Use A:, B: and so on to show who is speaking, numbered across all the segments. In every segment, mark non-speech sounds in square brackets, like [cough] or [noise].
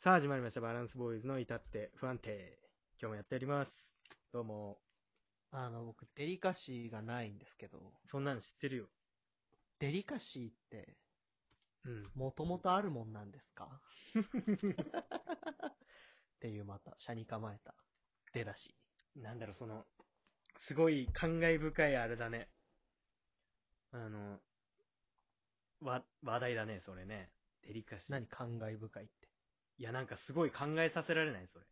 A: さあ始まりました。バランスボーイズの至って不安定。今日もやっております。どうも。
B: あの、僕、デリカシーがないんですけど、
A: そんなの知ってるよ。
B: デリカシーって、
A: うん。
B: もともとあるもんなんですかっていう、また、車に構えた出だし。
A: なんだろう、その、すごい感慨深いあれだね。あの、わ、話題だね、それね。デリカシー。
B: 何感慨深いって。
A: いや、なんかすごい考えさせられない、それ。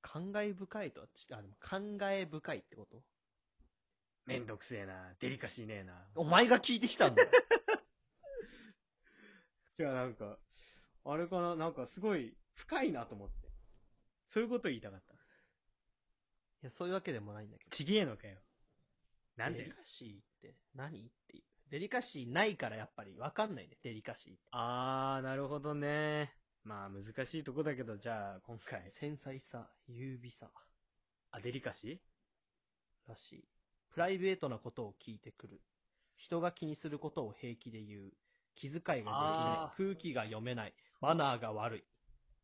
B: 感慨深いとはち、あ、でも、感慨深いってこと
A: めんどくせえな。デリカシーねえな。
B: お前が聞いてきた
A: [laughs]
B: んだよ
A: じゃあなんか、あれかな、なんかすごい深いなと思って。そういうこと言いたかった。
B: いや、そういうわけでもないんだけど。
A: ちげえのかよ。なん
B: デ
A: で
B: リカシーって何っていう。デリカシーないからやっぱりわかんないね、デリカシーって。
A: あー、なるほどね。まあ難しいとこだけど、じゃあ今回。
B: 繊細さ、優美さ
A: あ、デリカシー
B: らしい。プライベートなことを聞いてくる。人が気にすることを平気で言う。気遣いができな
A: あ
B: い。空気が読めない。マナーが悪い。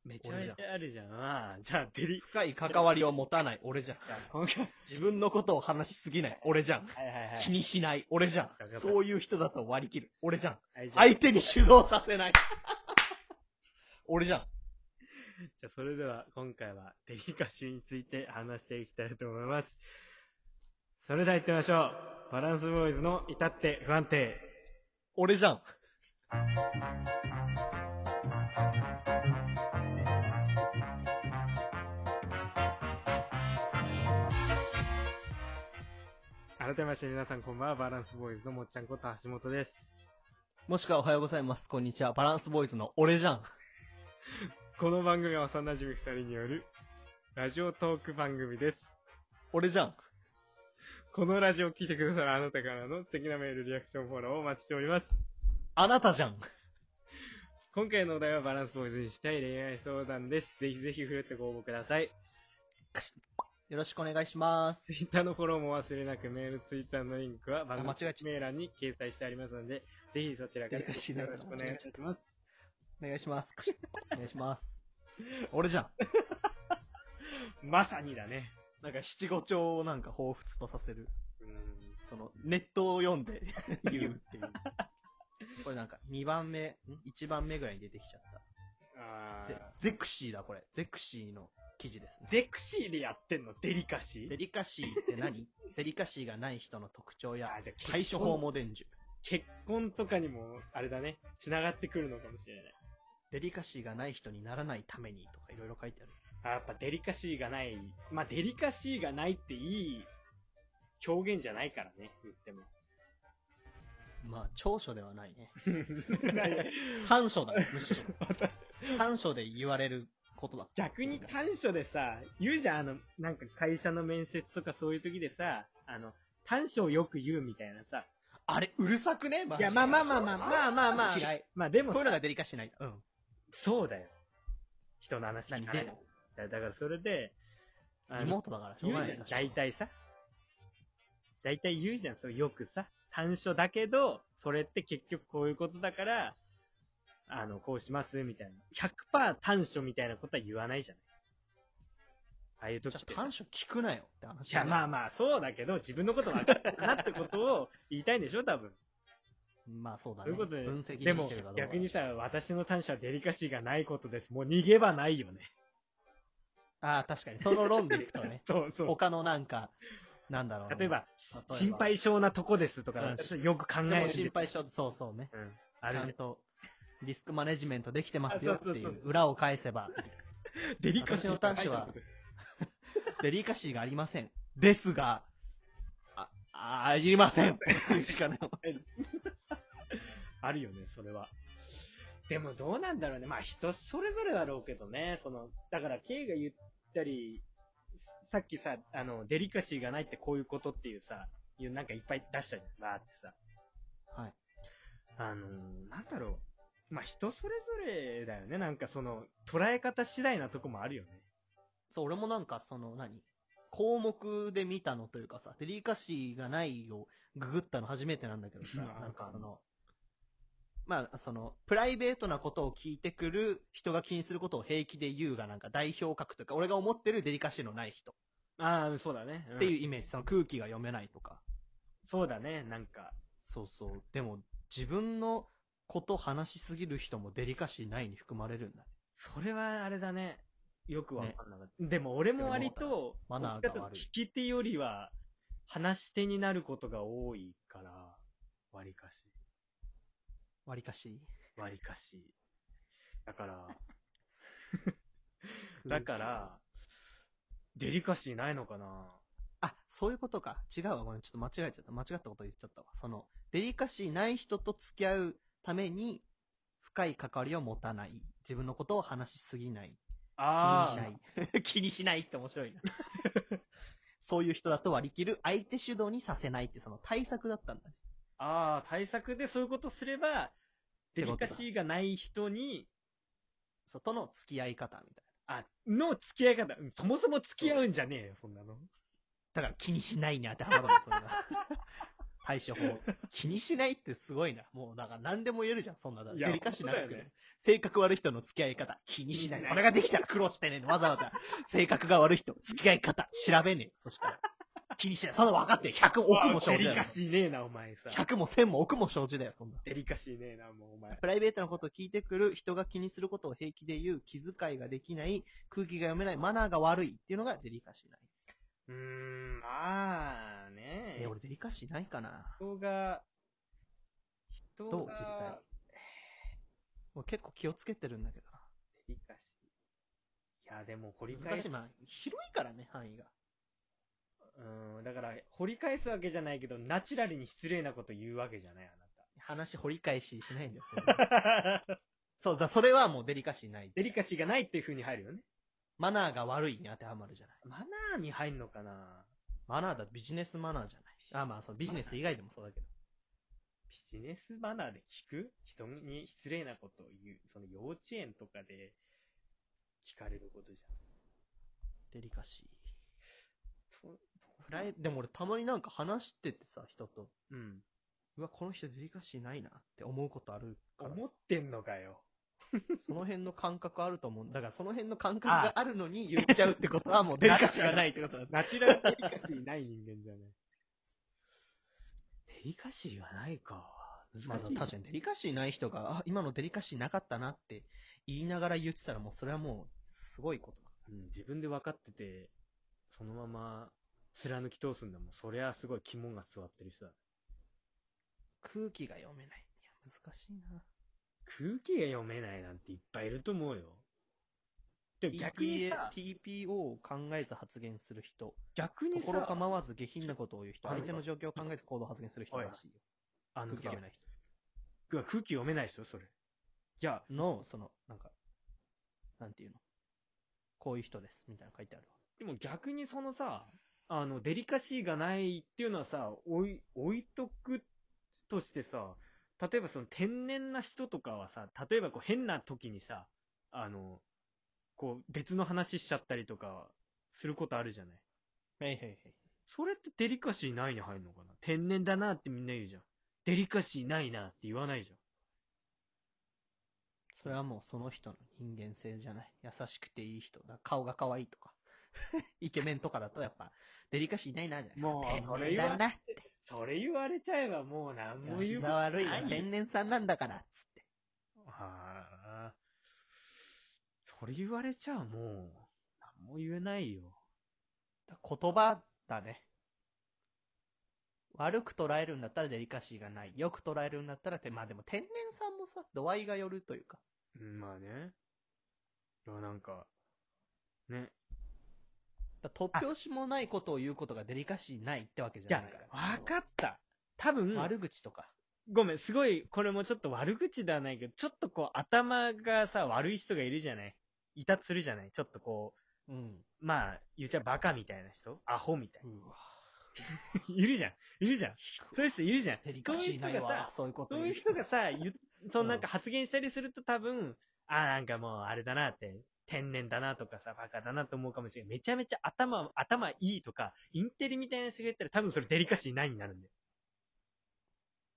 A: めちゃめちゃあるじゃん。あーじゃあデリ、
B: 深い関わりを持たない。俺じゃん。
A: 今回。は
B: 自分のことを話しすぎない。俺じゃん。
A: いはいは
B: 気にしない。俺じゃん
A: かった。
B: そういう人だと割り切る。俺じゃ
A: い。
B: ん。
A: はい、
B: 相手に主導させない。 [laughs] 俺じゃん。
A: じゃあそれでは今回はデリカシーについて話していきたいと思います。それでは行ってみましょう。バランスボーイズの至って不安定。
B: 俺じゃん。
A: 改めまして皆さんこんばんは。バランスボーイズのもっちゃんこと橋本です。
B: もしくはおはようございます。こんにちは。バランスボーイズの俺じゃん。
A: この番組は幼馴染み2人によるラジオトーク番組です。
B: 俺じゃん。
A: このラジオを聞いてくださるあなたからの素敵なメール、リアクション、フォローをお待ちしております。
B: あなたじゃん。
A: 今回のお題はバランスボーイズにしたい恋愛相談です。ぜひぜひ触れてご応募ください。
B: よろしくお願いしま
A: ツ
B: す。
A: イッターのフォローも忘れなく、メール、ツイッターのリンクは番組
B: あ間違えちゃった
A: メール欄に掲載してありますので、ぜひそちらから
B: デリカシーな
A: よ
B: いか
A: ろし
B: ら
A: くお願いいたします。
B: お願いします。お願いします。俺じゃん。
A: まさにだね。
B: なんか七五調をなんか彷彿とさせる。
A: うん。
B: その、ネットを読んで言うっていう。これなんか2番目、ん ?1 番目ぐらいに出てきちゃっ
A: あ
B: た。ゼ
A: ー
B: ゼクシーだこれ。ゼクシーの記事ですね。
A: ゼクシーでやってんのデリカシ
B: デ
A: ー
B: リカシーって何デリカシーがない人の特徴や
A: あじゃあ
B: 対処法も伝授。
A: 結婚とかにも、あれだね、繋がってくるのかもしれない。
B: デリカシーがない人にならないためにとかいろいろ書いてある。
A: あやっぱデリカシーがない。まあ、デリカシーがないっていい表現じゃないからね、言って
B: [laughs]
A: も。
B: まあ、長所ではないね。
A: ない
B: 短所だ、むしろ。短所で言われることだ。
A: 逆に短所でさ、言うじゃん、あの、なんか会社の面接とかそういう時でさ、あの、短所をよく言うみたいなさ。
B: あれ、うるさくねマジ
A: い
B: で
A: や、まあまあまあまあまあまあまあ。
B: 嫌い。
A: まあで
B: [laughs] こ
A: も
B: ういうのがデリカシーない。うん。
A: そうだよ。人の話聞かない
B: 何でも
A: だだからそれで、あ
B: リ
A: の
B: モートだから、しょう
A: 言
B: が
A: う
B: な
A: じゃ
B: い
A: ん、。大体さ。大体言うじゃん、そうよくさ。短所だけど、それって結局こういうことだから、あの、こうします、みたいな。100%短所みたいなことは言わないじゃない。ああいう
B: じ
A: 時
B: ゃ
A: っ
B: あ
A: て。
B: 短所聞くなよって話。
A: いや、ま
B: あ。
A: あまあ、そうだけど、自分のこと分かったなってことを言いたいんでしょ、多分。
B: まあそうだ
A: そう
B: ね。
A: いうことで
B: 分析
A: で
B: きて
A: も
B: るかどう、か
A: 逆にさ、私の短所はデリカシーがないことです。もう逃げ場ないよね。。
B: ああ、確かに。その論でいくとね
A: [laughs] そうそう。
B: 他のなんか、なんだろうな。
A: 例えば、
B: 例えば
A: 心配性なとこですとかだったら、
B: うん
A: よく考
B: で
A: え
B: も
A: るじゃん
B: 心配性、そうそうね。
A: うん。あ
B: ち
A: るじゃ
B: ゃん
A: ん
B: と、リスクマネジメントできてますよってい
A: あそうそう
B: う、裏を返せば、
A: [laughs] デリカシー
B: 私の短所はデリカシーがありません。ですが、あ、あありま
A: [laughs]
B: せんって言うしかない。
A: あるよね、それは。でもどうなんだろうね。まあ人それぞれだろうけどね。その、だから K が言ったり、さっきさ、あの、デリカシーがないってこういうことっていうさ、いうなんかいっぱい出したじゃん。わーってさ。
B: はい。
A: あのーなんだろう。まあ人それぞれだよね。なんかその、捉え方次第なとこもあるよね。
B: そう、俺もなんかその何、項目で見たのというかさ、デリカシーがないをググったの初めてなんだけどさ、
A: うん
B: なんかその、まあ、その、プライベートなことを聞いてくる人が気にすることを平気で言うがなんか代表格というか、俺が思ってるデリカシーのない人
A: ああ、そうだね。うん
B: っていうイメージ、その空気が読めないとか。
A: そうだね、なんか。
B: そうそう。でも、自分のこと話しすぎる人もデリカシーないに含まれるんだね。
A: それはあれだね。よくわかんなかった。でも俺も割と、
B: マナ
A: ど
B: ーが
A: っ
B: 悪い
A: ちかというと聞き手よりは、話し手になることが多いから、割かし。
B: わりかし。
A: 割かし。だ
B: [laughs]
A: から、だから、デリカシーないのかな
B: あ、そういうことか。違うわ。ごめん。ちょっと間違えちゃった。間違ったこと言っちゃったわ。その、デリカシーない人と付き合うために、深い関わりを持たない。自分のことを話しすぎない。気にし
A: ー
B: ない。 [laughs] 気にしないって面白いな。 [laughs] そういう人だと割り切る。相手主導にさせないってその対策だったんだね。
A: ああ、対策でそういうことすれば、デリカ
B: ってこと
A: シーがない人に、
B: そう、との付き合い方みたい
A: あ、の付き合い方。うんそもそも付き合うんじゃねえよ、そんなの。
B: な。だから気にしないに当てはまるの、
A: [laughs]
B: それが。対処法。気にしないってすごいな。もう、だから何でも言えるじゃん、そんなだ。
A: い
B: デ
A: や
B: リカシーなくて
A: 本当
B: も、
A: だよね
B: 性格悪い人の付き合い方、気にしない。それができたら苦労してねえの。わざわざ、性格が悪い人、付き合い方、調べねえよ。そしたら。気にしない。そんなの分かってる。100億も
A: デ
B: 生じ
A: リ
B: だよ
A: カ。シーねえな、お前さ。
B: 100も1000も億も生じだよ、そんな。
A: デリカシーねえな、もうお前。
B: プライベートなことを聞いてくる、人が気にすることを平気で言う、気遣いができない、空気が読めない、マナーが悪いっていうのがデリカシーない。
A: うーん、ああ、ねえ。
B: えー、俺デリカシーないかな
A: 人が、人
B: どう
A: が、
B: 実際。俺結構気をつけてるんだけど
A: デリカシー。いや、でも掘り
B: な。難
A: 返
B: し
A: す
B: い。。まあ、広いからね、範囲が。
A: うん、だから、掘り返すわけじゃないけど、ナチュラルに失礼なこと言うわけじゃない、
B: 話掘り返ししないんだよ。それは
A: あ
B: [laughs]
A: なた。
B: そうだ、それはもうデリカシーない。
A: デリカシーがないっていう風に入るよね。
B: マナーが悪いに当てはまるじゃない。
A: マナーに入んのかな
B: マナーだ、ビジネスマナーじゃない。あ、まあ、そのビジネス以外でもそうだけど。
A: ビジネスマナーで聞く人に失礼なことを言う。その幼稚園とかで聞かれることじ
B: デリカシー。
A: ゃん。
B: プライ、でも俺たまになんか話しててさ、人と。
A: うん。
B: うわ、この人デリカシーないなって思うことあるから。
A: 思ってんのかよ。
B: その辺の感覚あると思うんだから、その辺の感覚があるのに言っちゃうってことはもうデリカシーがないってことだ。
A: ナチュラルデリカシーない人間じゃない。デリカシーはないか。
B: まあ、
A: 難しい。
B: 確かにデリカシーない人が、あ、今のデリカシーなかったなって言いながら言ってたらもうそれはもうすごいことだ。
A: うん自分で分かってて、そのまま貫き通すんだもん。そりゃすごい肝が座ってる人だ。
B: 空気が読めない。いや、難しいな。
A: 空気が読めないなんていっぱいいると思うよ。でも逆にさ、
B: TPO を考えず発言する人。
A: 逆に
B: 心
A: さ、
B: 構わず下品なことを言う人。
A: あの
B: 相手の状況を考えず行動を発言する人らしいよ。
A: あ
B: 空
A: の
B: 気
A: さ
B: が読めない人。
A: 空気読めないでしょ、それ。いや、
B: の、その、なんか、なんていうの。こういう人です。みたいなの書いてあるわ。
A: でも逆にそのさ、あの、デリカシーがないっていうのはさ、置い、置いとくとしてさ、例えばその天然な人とかはさ、例えばこう変な時にさ、あの、こう別の話しちゃったりとかすることあるじゃない。
B: へいへいへい。
A: それってデリカシーないに入るのかな天然だなってみんな言うじゃん。デリカシーないなって言わないじゃん。
B: それはもうその人の人間性じゃない。優しくていい人だ。顔が可愛いとか。 [laughs] イケメンとかだとやっぱ、デリカシーいないな、じゃない
A: もうそれ
B: 天然だな。
A: それ言われちゃえばもう何も言
B: 吉
A: う
B: 沢悪いな。
A: ないよ
B: 天然さんなんだから。つって。
A: はあ。それ言われちゃもう、何も言えないよ。
B: 言葉だね。悪く捉えるんだったらデリカシーがない。よく捉えるんだったらって、まあでも天然さんもさ、度合いがよるというか。
A: うん、まあね。いや、なんか、ね。
B: だから突拍子もないことを言うことがデリカシーないってわけじ
A: じ
B: ゃ
A: ゃ
B: ないから。
A: あ、わかった。多分、
B: 悪口とか。
A: ごめん、すごい、これもちょっと悪口ではないけど、ちょっとこう、頭がさ、悪い人がいるじゃないいたとするじゃないちょっとこ
B: うん。
A: う、まあ、言っちゃバカみたいな人アホみたいうな。
B: わ。
A: いるじゃんいるじゃんそういう人いるじゃん
B: デリカシーない
A: そういう人が
B: わ
A: さ。
B: そういうこと
A: そう
B: 言
A: いうう人がさ、 [laughs] ゆそのなんか発言したりすると多分、あーなんかもうあれだなって、天然だなとかさ、バカだなと思うかもしれない。めちゃめちゃ頭、頭いいとか、インテリみたいな人が言ったら多分それデリカシーないになるんだよ。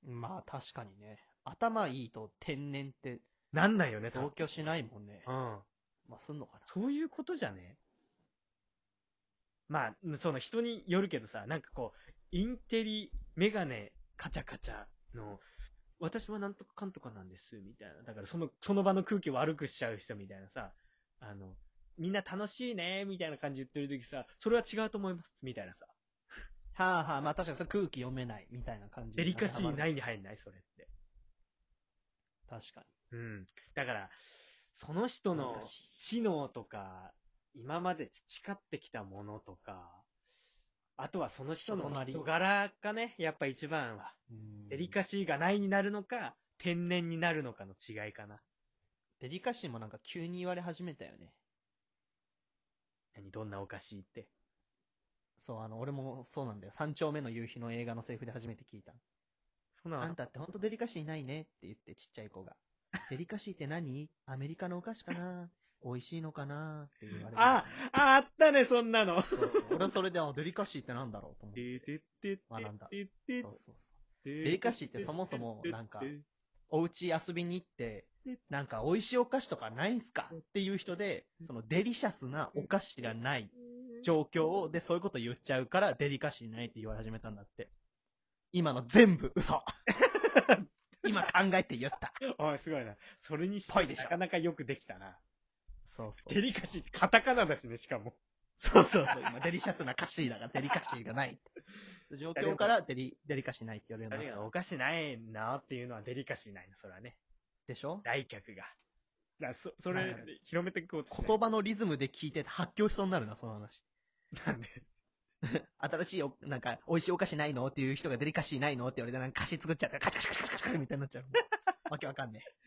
B: まあ確かにね。頭いいと天然って
A: なんないよね、多
B: 同
A: 分
B: 居しないもんね。
A: うん。
B: まあ、すんのかな。
A: そういうことじゃねまあ、その人によるけどさ、なんかこう、インテリ、メガネ、カチャカチャの、私はなんとかかんとかなんです、みたいな。だからその、その場の空気を悪くしちゃう人みたいなさ、あの、みんな楽しいね、みたいな感じ言ってる時さ、それは違うと思います、みたいなさ。
B: はあはあ、まあ確かにそれ空気読めないみたいな感じ。。
A: デリカシーないいに入んないそれって。
B: 確か
A: うん。だから、その人
B: に。
A: の
B: 難しい
A: 知能とか、今まで培ってきたものとか、あとはその人の
B: 人となり
A: 人柄がね、やっぱ一番は、
B: うん
A: デリカシーがないになるのか、天然になるのかの違いかな。
B: デリカシーもなんか急に言われ始めたよね。
A: 何、どんなおかしいって。
B: そう、あの、俺もそうなんだよ。三丁目の夕日の映画のセリフで初めて聞いた。
A: そんなの
B: あんたってほんとデリカシーないねって言ってちっちゃい子が。デリカシーって何アメリカのお菓子かな美味しいのかなって言われる。
A: ああ、あったね、そんなの。
B: そう俺はそれで、あデリカシーってなんだろうと思って。学んだそうそうそう。
A: デ
B: リカシーってそもそもなんかお家遊びに行って
A: で、
B: なんか美味しいお菓子とかないんすかっていう人で、そのデリシャスなお菓子がない状況を、で、そういうこと言っちゃうから、デリカシーないって言われ始めたんだって。今の全部嘘。今考えて言った。
A: おい、すごいな。それにして
B: ぽ
A: も
B: いでしょ
A: なかなかよくできたな。
B: そうそう。
A: デリカシーってカタカナだしね、しかも。
B: そうそうそう。今、デリシャスな歌詞だから、デリカシーがないって。状況からデリ、デリカシーないって言われる
A: 確
B: ん
A: か
B: だ
A: にお菓子ないなっていうのはデリカシーないな、それはね。
B: でしょ
A: 来客が。だからそ、そ
B: な
A: れ
B: るほど、
A: 広めていこうとしない
B: 言葉のリズムで聞いてて発狂しそうになるな、その話。
A: なんで。
B: 新しいお、なんか、美味しいお菓子ないのっていう人がデリカシーないのって言われて、なんか菓子作っちゃったらカチャカチャカチャカチャカチャみたいになっちゃう。わけわかんねえ。